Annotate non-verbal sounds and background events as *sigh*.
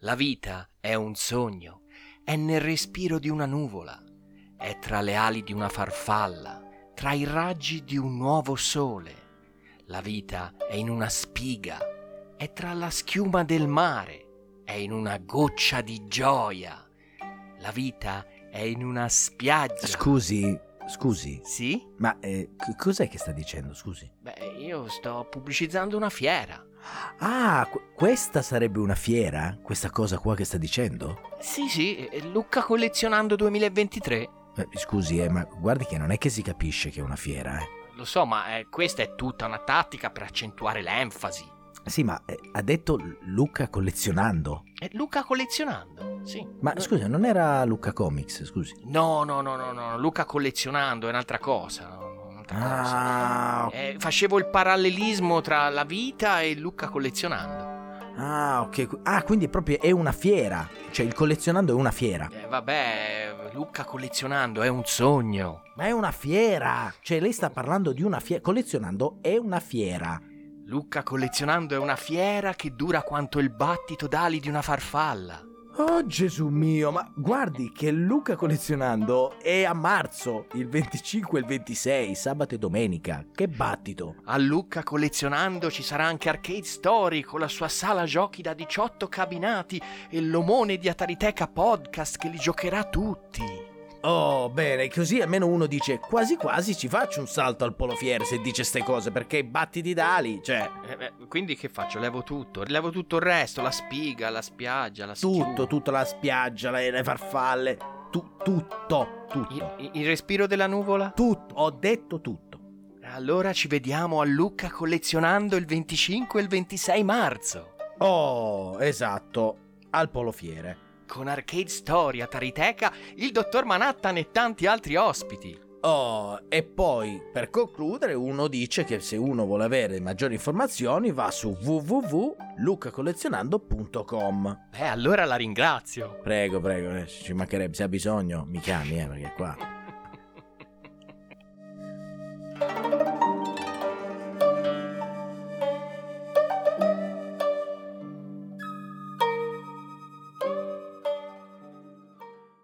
La vita è un sogno, è nel respiro di una nuvola, è tra le ali di una farfalla, tra i raggi di un nuovo sole. La vita è in una spiga, è tra la schiuma del mare, è in una goccia di gioia. La vita è in una spiaggia. Scusi, scusi, Sì? ma eh, c- cos'è che sta dicendo? Scusi. Beh, io sto pubblicizzando una fiera. Ah, qu- questa sarebbe una fiera? Questa cosa qua che sta dicendo? Sì, sì, eh, Lucca collezionando 2023. Eh, scusi, eh, ma guardi che non è che si capisce che è una fiera, eh. Lo so, ma eh, questa è tutta una tattica per accentuare l'enfasi. Sì, ma eh, ha detto Luca collezionando. E Luca collezionando, sì. Ma Eh, scusi, non era Luca Comics, scusi. No, no, no, no, no, Luca collezionando è un'altra cosa. no, no, un'altra cosa. Ah, Eh, facevo il parallelismo tra la vita e Luca collezionando. ah, ok. Ah, quindi proprio è una fiera. Cioè, il collezionando è una fiera. Eh, vabbè, Luca collezionando è un sogno. Ma è una fiera! Cioè, lei sta parlando di una fiera. Collezionando è una fiera. Luca collezionando è una fiera che dura quanto il battito d'ali di una farfalla. Oh Gesù mio, ma guardi che Luca collezionando è a marzo, il 25 e il 26, sabato e domenica. Che battito! A Lucca collezionando ci sarà anche Arcade Story con la sua sala giochi da 18 cabinati e l'omone di Atariteca Podcast che li giocherà tutti. Oh, bene, così almeno uno dice quasi quasi ci faccio un salto al Polo Fier se dice ste cose, perché i battiti d'ali, cioè, eh, quindi che faccio? Levo tutto, levo tutto il resto, la spiga, la spiaggia, la tutto, tutta la spiaggia, le, le farfalle, tu- tutto, tutto, il respiro della nuvola? tutto, ho detto tutto. Allora ci vediamo a Lucca collezionando il 25 e il 26 marzo. Oh, esatto, al Polo Fiere. Con Arcade Story, Atariteca, il dottor Manhattan e tanti altri ospiti. Oh, e poi per concludere uno dice che se uno vuole avere maggiori informazioni va su www.lucacollezionando.com. Beh, allora la ringrazio. *laughs* Prego, prego, eh, ci mancherebbe, se ha bisogno mi chiami, eh, perché qua